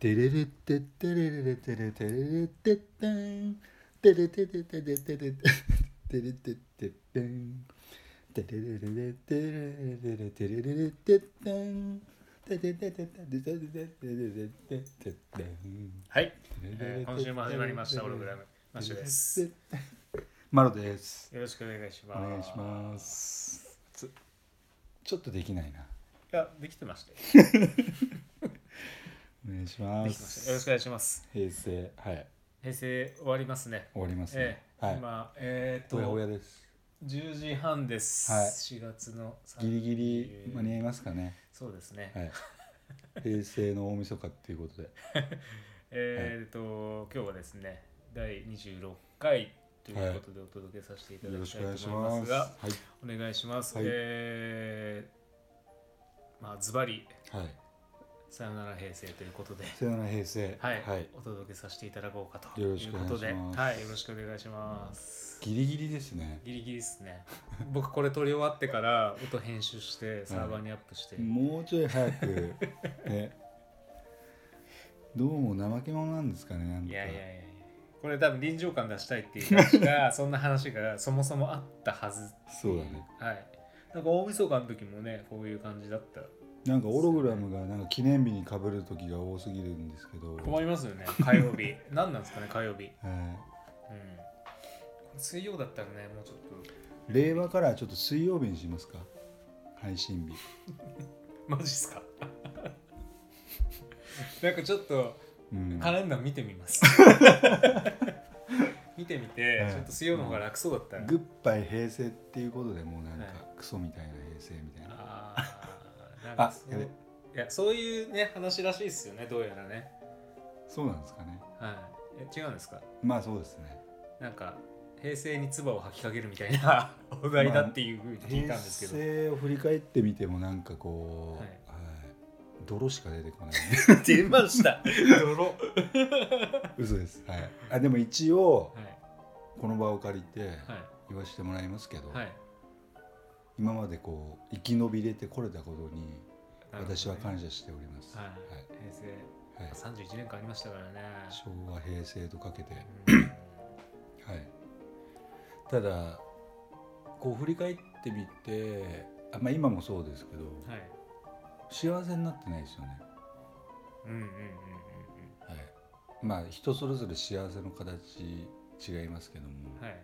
テレレテテレレレテレテレレテテンテレテテテテテレテテレテテテンテレレレレテレレレテレレレテテンテテテテテテテテテレテテテンはい、えー今週も始まりましたオログラムマッシュですよマロですろしくお願いしまおす願いしますつちょっとできないないやできてましたよお願いしまできてましたよよろすしくお願いします平成はい平成終わりますね終わりますえねえはい今えーっとおやおやです10時半です、はい4月の30ギリギリ間に合いますかね、そうですね、 はい、平成の大晦日っていうことでえーっと今日はですね第26回ということでお届けさせていただよろきしたくいおと願思いしますいますがはいお願いします、はいえーまあズバリはいさよなら平成ということでさよなら平成はい、お届けさせていただこうかといよろしうくおこ願いしとますで、はい、よろしくお願いします。ギリギリですねギリギリですね。僕これ撮り終わってから音編集してサーバーにアップして、もうちょい早くねどうも怠け者なんですかねなんいかやいやいやいや、これ多分臨場感出したいっていう話 がそんな話がそもそもあったはず。そうだねはい。なんか大晦日の時もねこういう感じだった。なんかオログラムがなんか記念日にかぶる時が多すぎるんですけど困りますよね。火 曜日。何なんですかね火曜日。うん。はこれ水曜だったらねもうちょっとい、令和からちょっと水曜日にしますか配信日マジっすか。 なんかちょっと。うんカレンダー見てみ ます。見てみて、はいちょっと水曜の方が楽そうだったら。グッバイ平成っていうことでもうなんかはいクソみたいな平成みたいな、あーなんかあそうやべいや、そういうね、話らしいですよね、どうやらね。そうなんですかねはい。え違うんですかまあそうですねなんか、平成に唾を吐きかけるみたい なお題だっていうふうに聞いた平んですけど。成を振り返ってみてもなんかこう、はいはい泥しか出て こない、ね、出ました 泥は嘘です、はい、あでも一応い。この場を借りてはい。言わせてもらいますけど、はい。今までこう生き延びれてこれたことになるほどね私は感謝しております、はいはい平成はい31年間ありましたからね。昭和平成とかけてうんはい、ただこう振り返ってみてあ、まあ、今もそうですけど、はい。幸せになってないですよね、うんうんうんうんはい、まあ人それぞれ幸せの形違いますけども、うん。はい。はい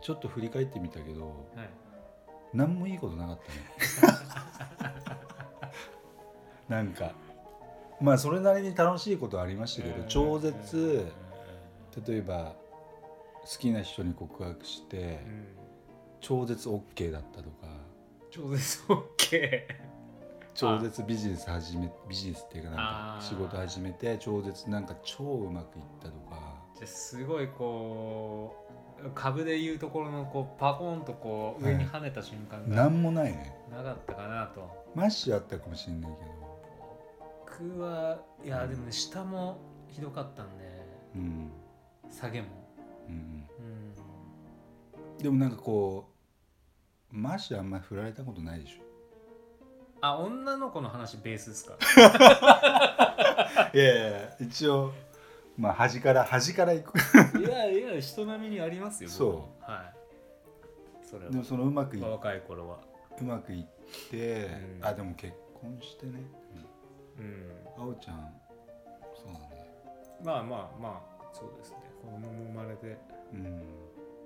ちょっと振り返ってみたけどはい。何もいいことなかったね なんかまあそれなりに楽しいことはありましたけど超絶例えば好きな人に告白して、うん超絶 OK だったとか超絶 OK 超絶ビジネス始めビジネスっていうかなんあかー仕事始めて超絶なんか超うまくいったとかじゃあすごいこう株でいうところのこうパコンとこうはい上に跳ねた瞬間がなんもないねなかったかなとマッシュあったかもしれない僕はいやうんでもね下もひどかったんでけど、うん下げもうんうんうん、でもなんかこうマッシュあんまり振られたことないでしょあ女の子の話ベースですか いやいやいや一応まあ端から端から行くいやいや人並みにありますよ僕もはいそれはでもそのうまくいうまあ若い頃はうまくいって、うんあでも結婚してねうんあおちゃんそうだねまあまあまあそうですね子供も生まれてうん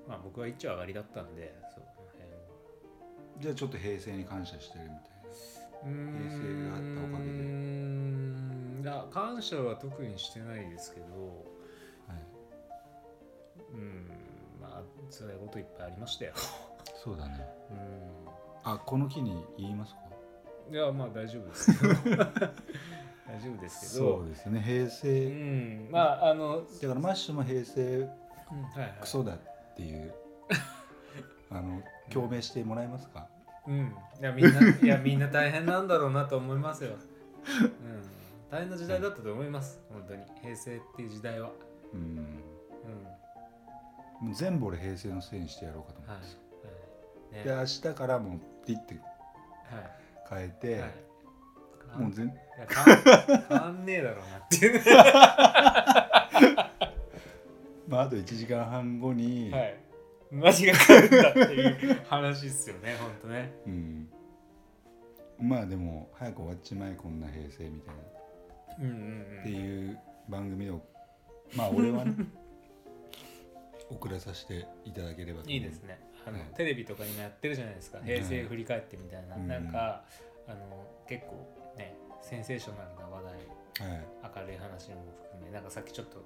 まあ僕は一応上がりだったんでその辺はじゃあちょっと平成に感謝してるみたいな平成があったおかげでうーんいや感謝は特にしてないですけどはい、うんまあ辛いこといっぱいありましたよそうだねうあこの木に言いますかんいやまあ大丈夫です けど大丈夫ですけそうどですね平う成んまああの、だからマッシュも平成うんはいはいクソだっていう あの共鳴してもらえますかうん、いやみんないやみんな大変なんだろうなと思いますよ、うん、大変な時代だったと思います本当に平成っていう時代はうんうんはもう全部俺平成のせいにしてやろうかと思い、はってます、いねで明日からもうピッては変えて、いはいもう全いや変わん変わんねえだろうなっていうねまああと1時間半後に、はいマジが変わったっていう話っすよねほんとねうんまあでも早く終わっちまえこんな平成みたいなうんうんっうてんいう番組でまあ俺 はね送らさせていただければと思ういいですねあの、はいテレビとか今やってるじゃないですかはい平成振り返ってみたいな、うんなんかあの結構ねセンセーショナルな話題はい明るい話も含めなんかさっきちょっと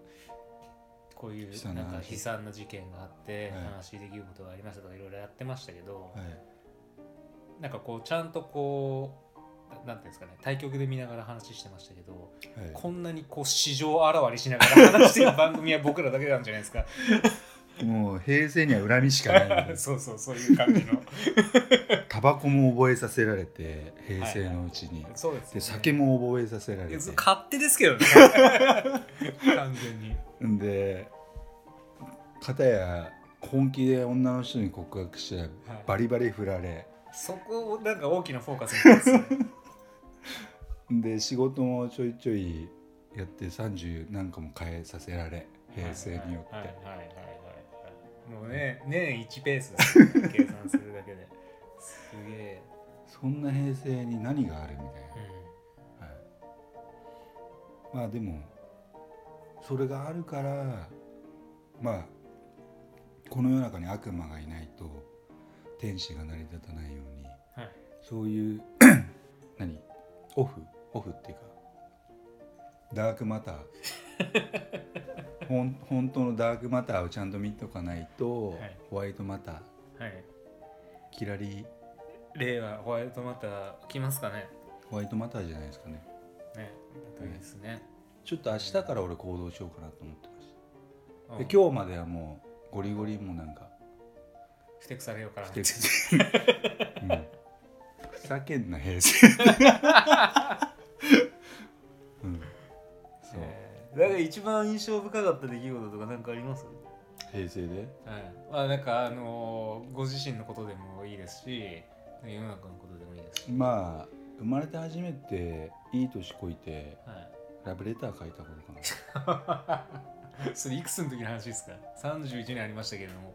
こうい悲う惨なな話んか悲惨な事件があって、はい話できることがありましたとかいろいろやってましたけど、はいなんかこうちゃんとこうななんていうんですかね対局で見ながら話してましたけど、はいこんなにこう市場あらわにしながら話してる番組は僕らだけなんじゃないですかもう平成には恨みしかない そうそうそういう感 じのタバコも覚えさせられて平成のうちに、そうですよねで酒も覚えさせらいれやてそう勝手ですけどね完全にんで片や本気で女の人に告白したらバリバリ振られ、そこをなんか大きなフォーカスになってますねで仕事もちょいちょいやって30何個も変えさせられ平成によって、はいはいはいはいはいもうね年1ペース ですよね計算するだけですげえ、そんな平成に何があるみたいな、うはい、まあでもそれがあるからまあこの世の中に悪魔がいないと天使が成り立たないようにんはい、そういう 何オフオフっていうかダークマタ ーほん本当のダークマターをちゃんと見とかないと、はいホワイトマターはい、キラリ令和ホワイトマター来ますかねホワイトマターじゃないですかねね高いですね、ちょっと明日から俺行動しようかなと思ってましたうんで今日まではもうゴリゴリもうなんかふてくされようからふてく さうんふざけんな平 成うんそうえーなんか一番印象深かった出来事とか何かあります平成ではいまあなんかあのーご自身のことでもいいですし世の中のことでもいいですし、まあ生まれて初めていい年こいてはい ラブレター書いた頃 かなそれいくつの時の話ですか ?31 年ありましたけれども。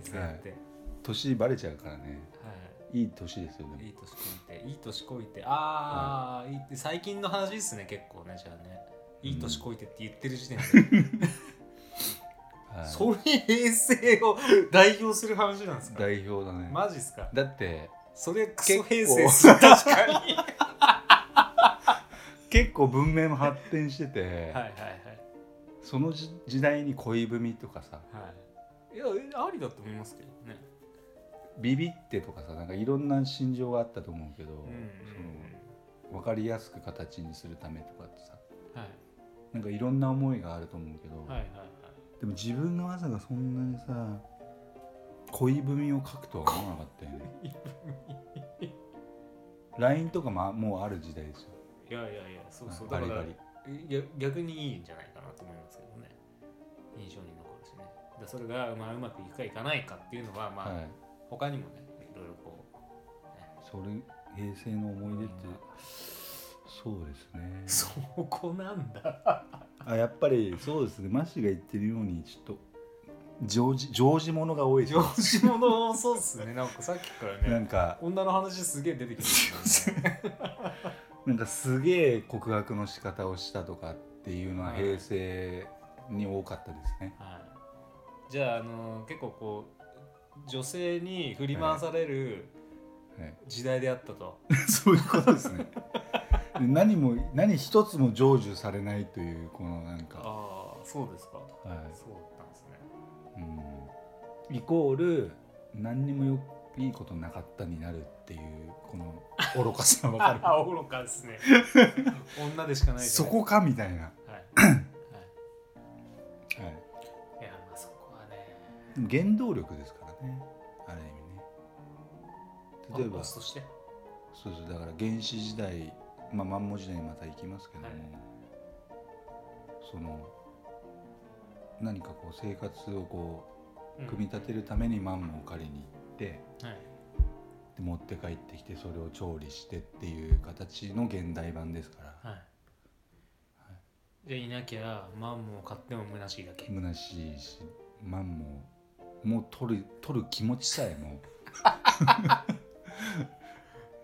いつだって。は年バレちゃうからねいい年ですよい。いねい年こいて、いい年こいて。ああ、いいって最近の話ですね、結構ね、じゃあね。いい年こいてって言ってる時点で。はいそれ平成を代表する話なんですか代表だねマジっすかだってそれクソ平結構成っす確かに。結構文明も発展してて、はいはいその時時代に恋文とかさはい。はい、いや、えありだと思いますけどね。ビビってとかさなんかいろんな心情があったと思うけど、うんうんその分かりやすく形にするためとかってさうん。はいなんかいろんな思いがあると思うけど、はいはいはい。でも自分がまさかそんなにさ恋文を書くとは思わなかったよね LINE とかももうある時代ですよいやいやいや、そうそう。バだリかバらリいや逆にいいんじゃないかなと思いますけどね印象に残るしねだそれが、まあ、うまくいくかいかないかっていうのは、まあはい他にもねいろいろこうそれ平成の思い出って、そうですねそこなん だあやっぱりそうですねマシが言ってるようにちょっと常時常時ものが多いです上司者そうっすねなんかさっきからなねんか女の話すげえ出てきてます ねなんかすげえ告白の仕方をしたとかっていうのははい平成に多かったですね。はい、じゃあ、あの結構こう女性に振り回されるはい、時代であった と、そういうことですね。で何も何一つも成就されないというこのなんか、 ああそうですか、はそうだったんですねいうん、イコール何にもよいいことなかったになるっていうこの愚かさがわ か あ愚かですね女でしかないる。じゃそないこかみたいな。は はいはいい、いやまあそこはねでも原動力ですからねある意味ね。例えばボスとしてそうそうだから原始時代、まあ、マンモ時代にまた行きますけども、はいその何かこう生活をこううん組み立てるためにマンモを借りに行ってはい持って帰ってきてそれを調理してっていう形の現代版ですからはいじゃあいなきゃマンモを買っても虚しいだけ虚しいしマンももう取る取る気持ちさえ も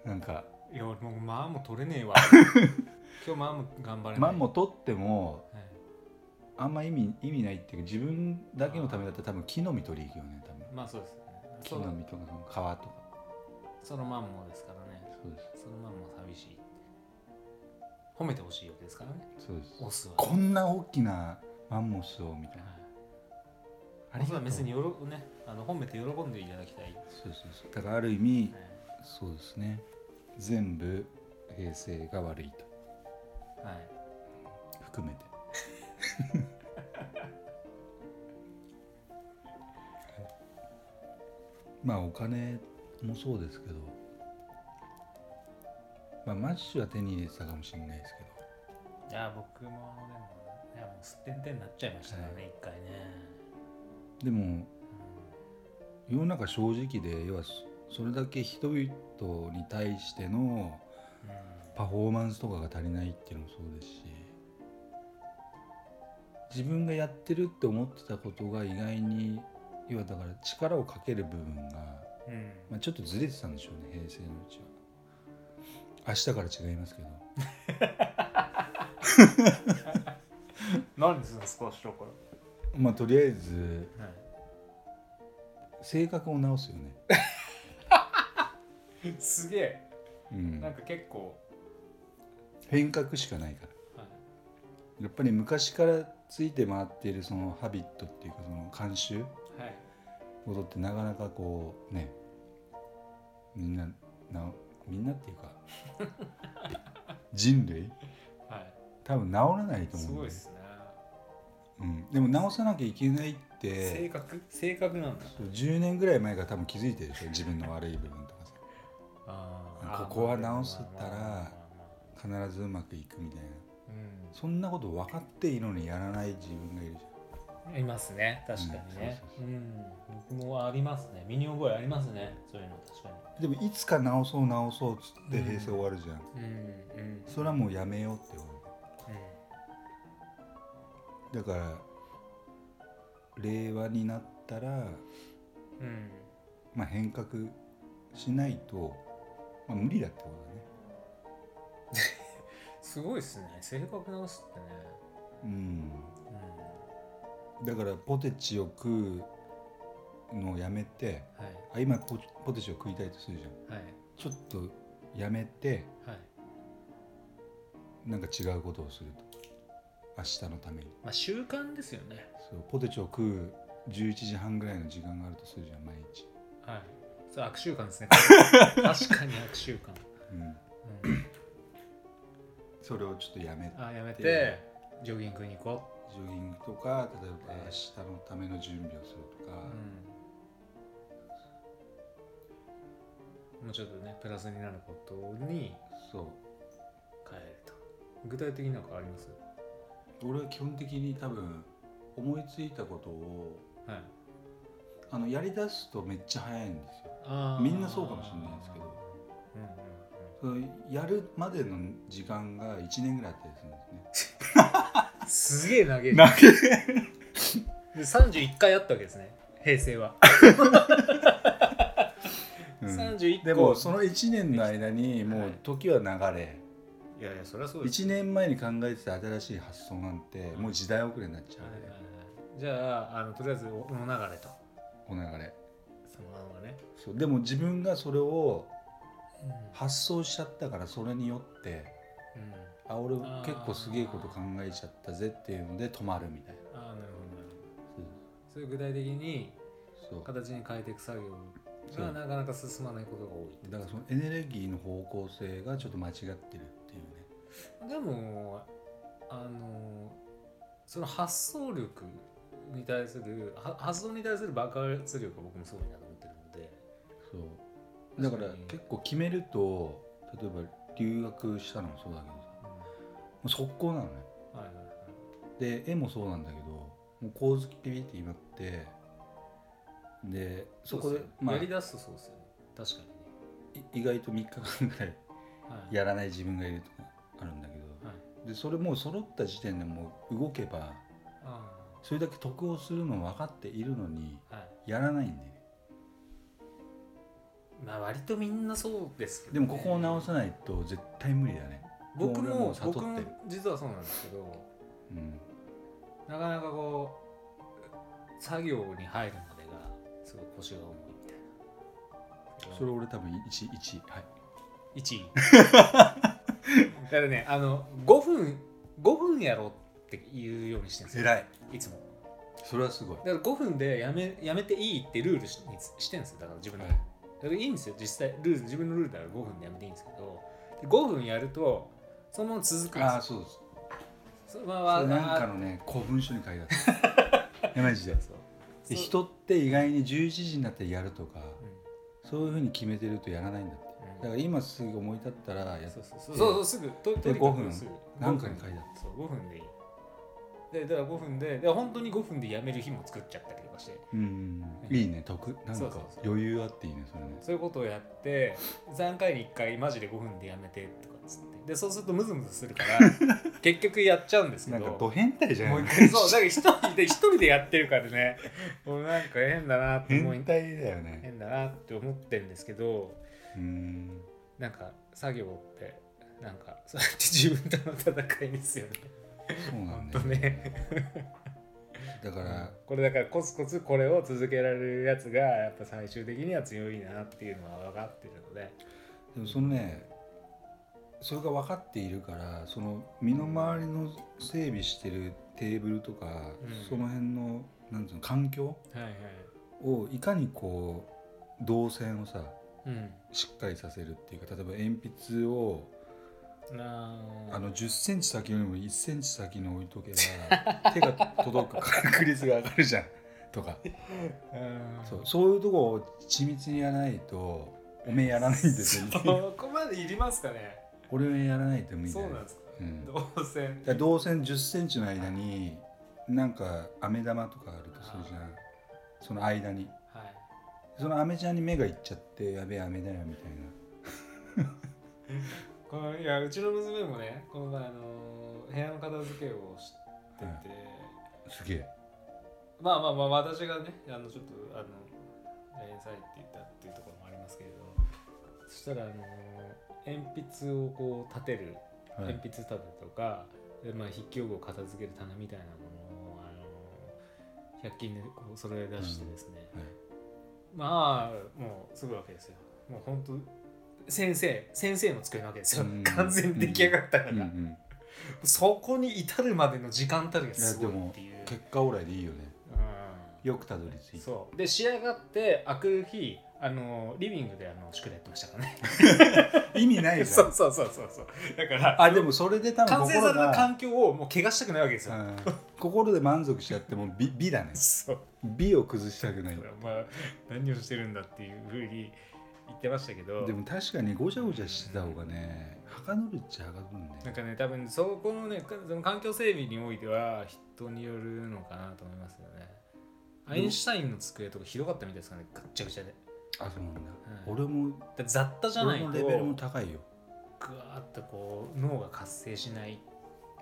うなんかいや俺もうマンモ取れ ねえわ今日マンモ頑張れないマンも取ってもはいあんま意味意味ないっていうか自分だけのためだったら多分木の実取り行くよねまあそうですね多そ分木のの実とかその皮とかそのマンモですからねそうですそのマンモは寂しい褒めてほしいわけですからねそうですオスはこんな大きなマンモスをみたいなあれは別によろ、ね、あの褒めて喜んでいただきたい、そうそうそうだからある意味そうですね全部平成が悪いとはい、含めて まあお金もそうですけど、まあ、マッシュは手に入れてたかもしれないですけいや僕もでもいやもうすってんてんになっちゃいましたからね一、回ね、どでもう世の中正直で要はそそれだけ人々に対してのんパフォーマンスとかが足りないっていうのもそうですし自分がやってるって思ってたことが意外に要はだから力をかける部分が、うんうんまあ、ちょっとずれてたんでしょうね平成のうちは明日から違いますけど何するんですかしょこまあとりあえずれ、はい、性格を直すよね、 すげえうんなん、か結構、変革しかないからはい、やっぱり昔からついて回っているそのハビットっていうかその慣習はい、ことってなかなかこうねみんななみんなっていうか 人類はい、多分治らないと思うんだよすごいですね、うん、でも直さなきゃいけないっ性て格性格なんだそう10年ぐらい前から多分気づいてるでしょ自分の悪い部分とかさあーここは直すったらまあまあまあまあ必ずうまくいくみたいなうんそんなこと分かっているのにやらない自分がいるじいますね確かにねうんそうそうそううん僕もありますね身に覚えありますねそういうの確かゃんでもいつか直そう直そうっつってうん平成終わるじゃん、にうんうんそれはもうやめようって思うだから令和になったらうん、うん、まあ、変革しないと、まあ、無理だってことすごいですね性格直すってねだね、うんうん、だからポテチを食うのをやめてはあい今ポポテチを食いたいとするじゃんはいちょっとやめてはいなんか違うことをすると明日のためにまあ習慣ですよねそうポテチを食う11時半ぐらいの時間があるとするじゃん毎日、はいそれ悪習慣です ね確かに悪習慣、うん、うん、それをちょっとやめてあやめてでジョギングに行こジョギングとか例えば明日のための準備をするとかう、、うん、もうちょっとねプラスになることにそう変えると具体的になんかあります俺は基本的に多分思いついたことをはいあのやりだすとめっちゃ早いんですよあーみんなそうかもしれないですけどうんうんそのやるまでの時間が1年ぐらいあったりするんですうん、すげえ投げるね投げで31回あったわけですね平成は、 うん、 31個でもその1年の間にもはいう時は流れ、いやいやそりゃそうです1年前に考えてた新しい発想なんてもう時代遅れになっちゃはういはいね、はいじゃああのとりあえずおの流れとお流れそのままね、そうでも自分がそれをうん発想しちゃったからそれによってうん、あ俺結構すげえこと考えちゃったぜっていうので止まるみたいなああなるほどなるほどそういう具体的にそう形に変えていく作業そがうなかなか進まないことが多だからそのエネルギーの方向性がちょっと間違ってるっていうねいでもあのその発想力に対するは発想に対する爆発力が僕もすごいなと思ってるのでそうだから確かに結構決めると例えば留学したのもそうだけどさもう速攻なのねはいはいはいで絵もそうなんだけどもう構図ピピって決まってでそこでうっすよねまあやりだすとそうですよね確かにね意外と3日間ぐらいはいやらない自分がいるとかあるんだけど、はいでそれもう揃った時点でもう動けばあそれだけ得をするの分かっているのにーはいやらないんだよねまあ割とみんなそうですけどでね、もここを直さないと絶対無理だね僕これはももう悟って僕も実はそうなんですけどうんなかなかこう作業に入るまでがすごい腰が重いみたいなそれ俺多分1 1はい1位 だからねあの5分5分やろうって言うようにしてるんですよ偉いいつもそれはすごいだから5分でやめやめていいってルールしにしてるんですよだから自分の、はいだからいいんですよ実際ルール自分のルールだから5分でやめていいんですけどで5分やるとそのまま続くんですああよそうですそのままそれなんかあのね古文書に書いてあ ったいやマジそでうそうでそう人って意外に11時になってやるとかうんそういうふうに決めてるとやらないんだってうんだから今すぐ思い立ったらやっそうそうそうそうそうすぐととにか5く分すぐなんかに書いてあっそう5分でいいでだから5分でで本当に5分でやめる日も作っちゃったりとかしてたうんうんいいね得なんそうかそうそう余裕あっていいねそれねそういうことをやって3回に1回マジで5分でやめてとかっつってでそうするとムズムズするから 結局やっちゃうんですけなどんかド変態じゃもなうい一回そうだから一人で一人でやってるからねもうなんか変だなって思い 変態だよね変だなって思ってるんですけどうんなんか作業ってなんかそうやって自分との戦いですよねそうなんだほんとよねだからこれだからコツコツこれを続けられるやつがやっぱ最終的には強いなっていうのは分かってるのででもそのねそれが分かっているからその身の回りの整備してるテーブルとか、うんその辺のなんつうの環境はいはいをいかにこう動線をさうんしっかりさせるっていうか例えば鉛筆をあの1 0ンチ先よりも1センチ先に置いとけば手が届く確率が上がるじゃんとかそうそういうとこを緻密にやらないとおめえやらないんですよそこまでいりますかね俺はやらないと無理だそうよなんですか、うんどうせだから動線1 0ンチの間になんか飴玉とかあるとするじゃんその間にはいその飴ちゃんに目がいっちゃってやべえ飴だよみたいなこのいやうちの娘もねこの前あのー部屋の片付けをしてて、すげえまあまあまあ私がねあのちょっとあのやりなさいって言ったっていうところもありますけれどそしたらあのー鉛筆をこう立てるはい鉛筆立てとか、でまあ、筆記用具を片付ける棚みたいなものを、あのー100均でこう揃え出してですね、はいまあもうすごいわけですよもう本当先生先生の机なわけですよ、うん完全に出来上がったから、うんうんそこに至るまでの時間たるがすごいっていう結果オーライでいいよねよくたどり着うん、いたそうで仕上がって開く日あのリビングであの宿題やってましたからね意味ないじゃ そうんそうそうそうそうだからあでもそれで多分完成さ心れたが環境をもう怪我したくないわけですよ、うん心で満足しちゃってもう美美だねそう美を崩したくないお前何をしてるんだっていうふうに言ってましたけどでも確かにごちゃごちゃしてた方がねはかどるっちゃはかどるんだよなんかね多分そこのねかその環境整備においては人によるのかなと思いますよねアインシュタインの机とかひどかったみたいですからねぐっちゃぐちゃであそうなんだうん俺もだ雑多じゃない俺とのぐレベルもわ高いよーっとこう脳が活性しない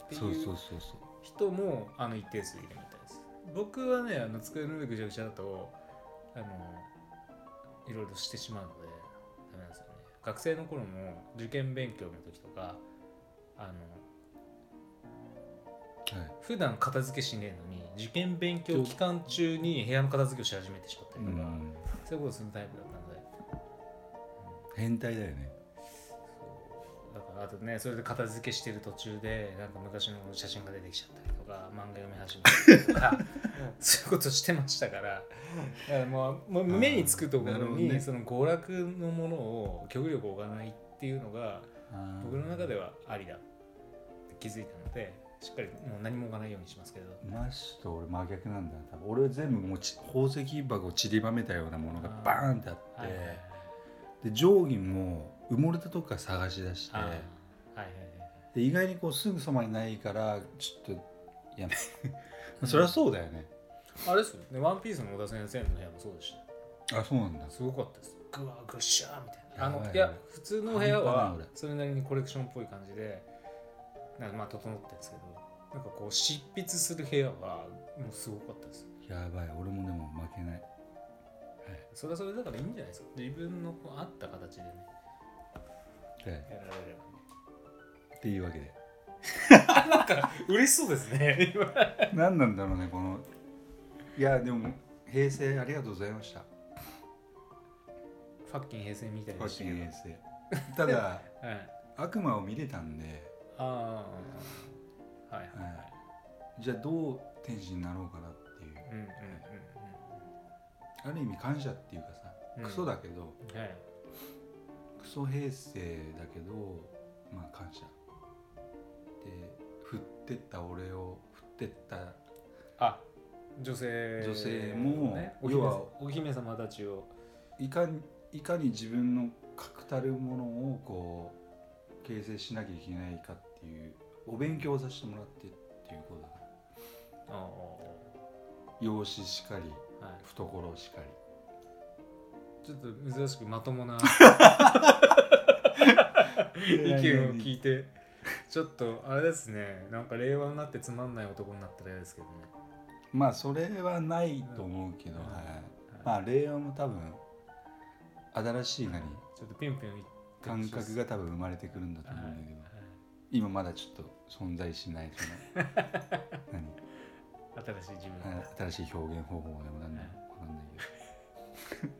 っていそうそううそうそう人もあの一定数いるみたいです僕はねあの机の上ぐちゃぐちゃだとあのいろいろしてしまうのでダメなんですよね学生の頃も受験勉強の時とかあのはい普段片付けしねえのに受験勉強期間中に部屋の片付けをし始めてしまったうりとか、んそういうことするタイプだったので、変態だよねそうだからあとねそれで片付けしてる途中でなんか昔の写真が出てきちゃったりとか漫画読み始めたりとかそういうことしてましたからだからもうもう目につくとこあーなろるほどに、ねその娯楽のものを極力置かないっていうのが僕の中ではありだって気づいたのでしっかりもう何も置かないようにしますけど。マシと俺真逆なんだ多分俺は全部もうち宝石箱を散りばめたようなものがバーンってあってはいはいはいで定規も埋もれたとこから探し出してあーはいはいで意外にこうすぐそばにないからちょっと やめそりゃそうだよねはいあれですよね、ワンピースの小田先生の部屋もそうでしたよ。あそうなんだすごかったですグワグッシャーみたいなやあばいのねいや普通の部屋半端ないは俺それなりにコレクションっぽい感じでなんかまあ整ってるんですけどなんかこう執筆する部屋はもうすごかったですやばい俺もでも負けないそれはそれだからいいんじゃないですか自分のこう合った形ではねいやられればっていうわけで嬉しそうですね今何なんだろうねこのいやでも平成ありがとうございました ファッキン平成みたい個でした人けど平成ただはい悪魔を見れたんでああはいはいははいじゃあどう天使になろうかなっていういうんうんある意味感謝っていうかさ、うんクソだけどうんうんはいクソ平成だけどまあ感謝で振ってった俺を振ってったあ女性女性もねお要姫はお姫様たちをいかにいかに自分の確たるものをこう形成しなきゃいけないかっていうお勉強をさせてもらってっていうことだからあ養子しかりあはい懐しかりちょっと珍しくまと もな 意いやいやいや見を聞いてちょっとあれですねなんか令和になってつまんない男になったら嫌ですけどねまあそれはないと思うけど、うんはい、まあ令和も多分新しい何ちょっとピュンピュンいって感覚がが多分生まれてくるんだと思うんだけど、は今まだちょっと存在しないそ のいはい、新しい自分何あが新しい表現方法でもなんだわかんないけど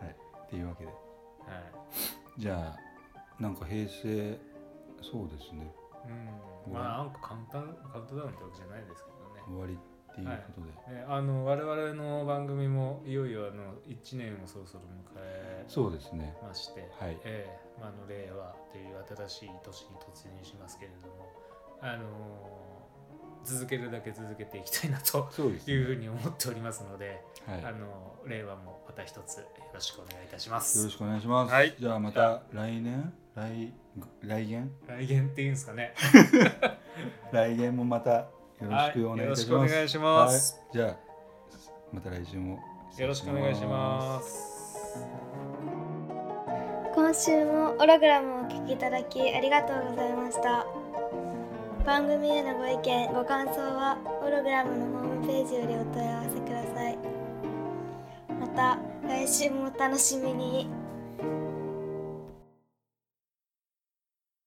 はいっていうわけではいじゃあなんか平成そうですねうん、まあなんか簡単カウントダウンってわけじゃないですけどね終わりっていうことで、ねあの我々の番組もいよいよあの1年をそろそろ迎えそうですねまして、はいええまあ、あの令和という新しい年に突入しますけれども、あの続けるだけ続けていきたいなとそうですいうふうねに思っておりますので、はいあよの令和もまた一つよろしくお願いいたしますろ。しくお願いします、はいじゃあまた来年来来年来年っていうんですかね。来年もまたよろしくお願いいたします。はいよろしくお願いしますはいじゃあまた来週も失礼。よろしくお願いしますす。今週もオログラムをお聞きいただきありがとうございました番組へのご意見ご感想はオログラムのホームページよりお問い合わせくださいまた来週もお楽しみに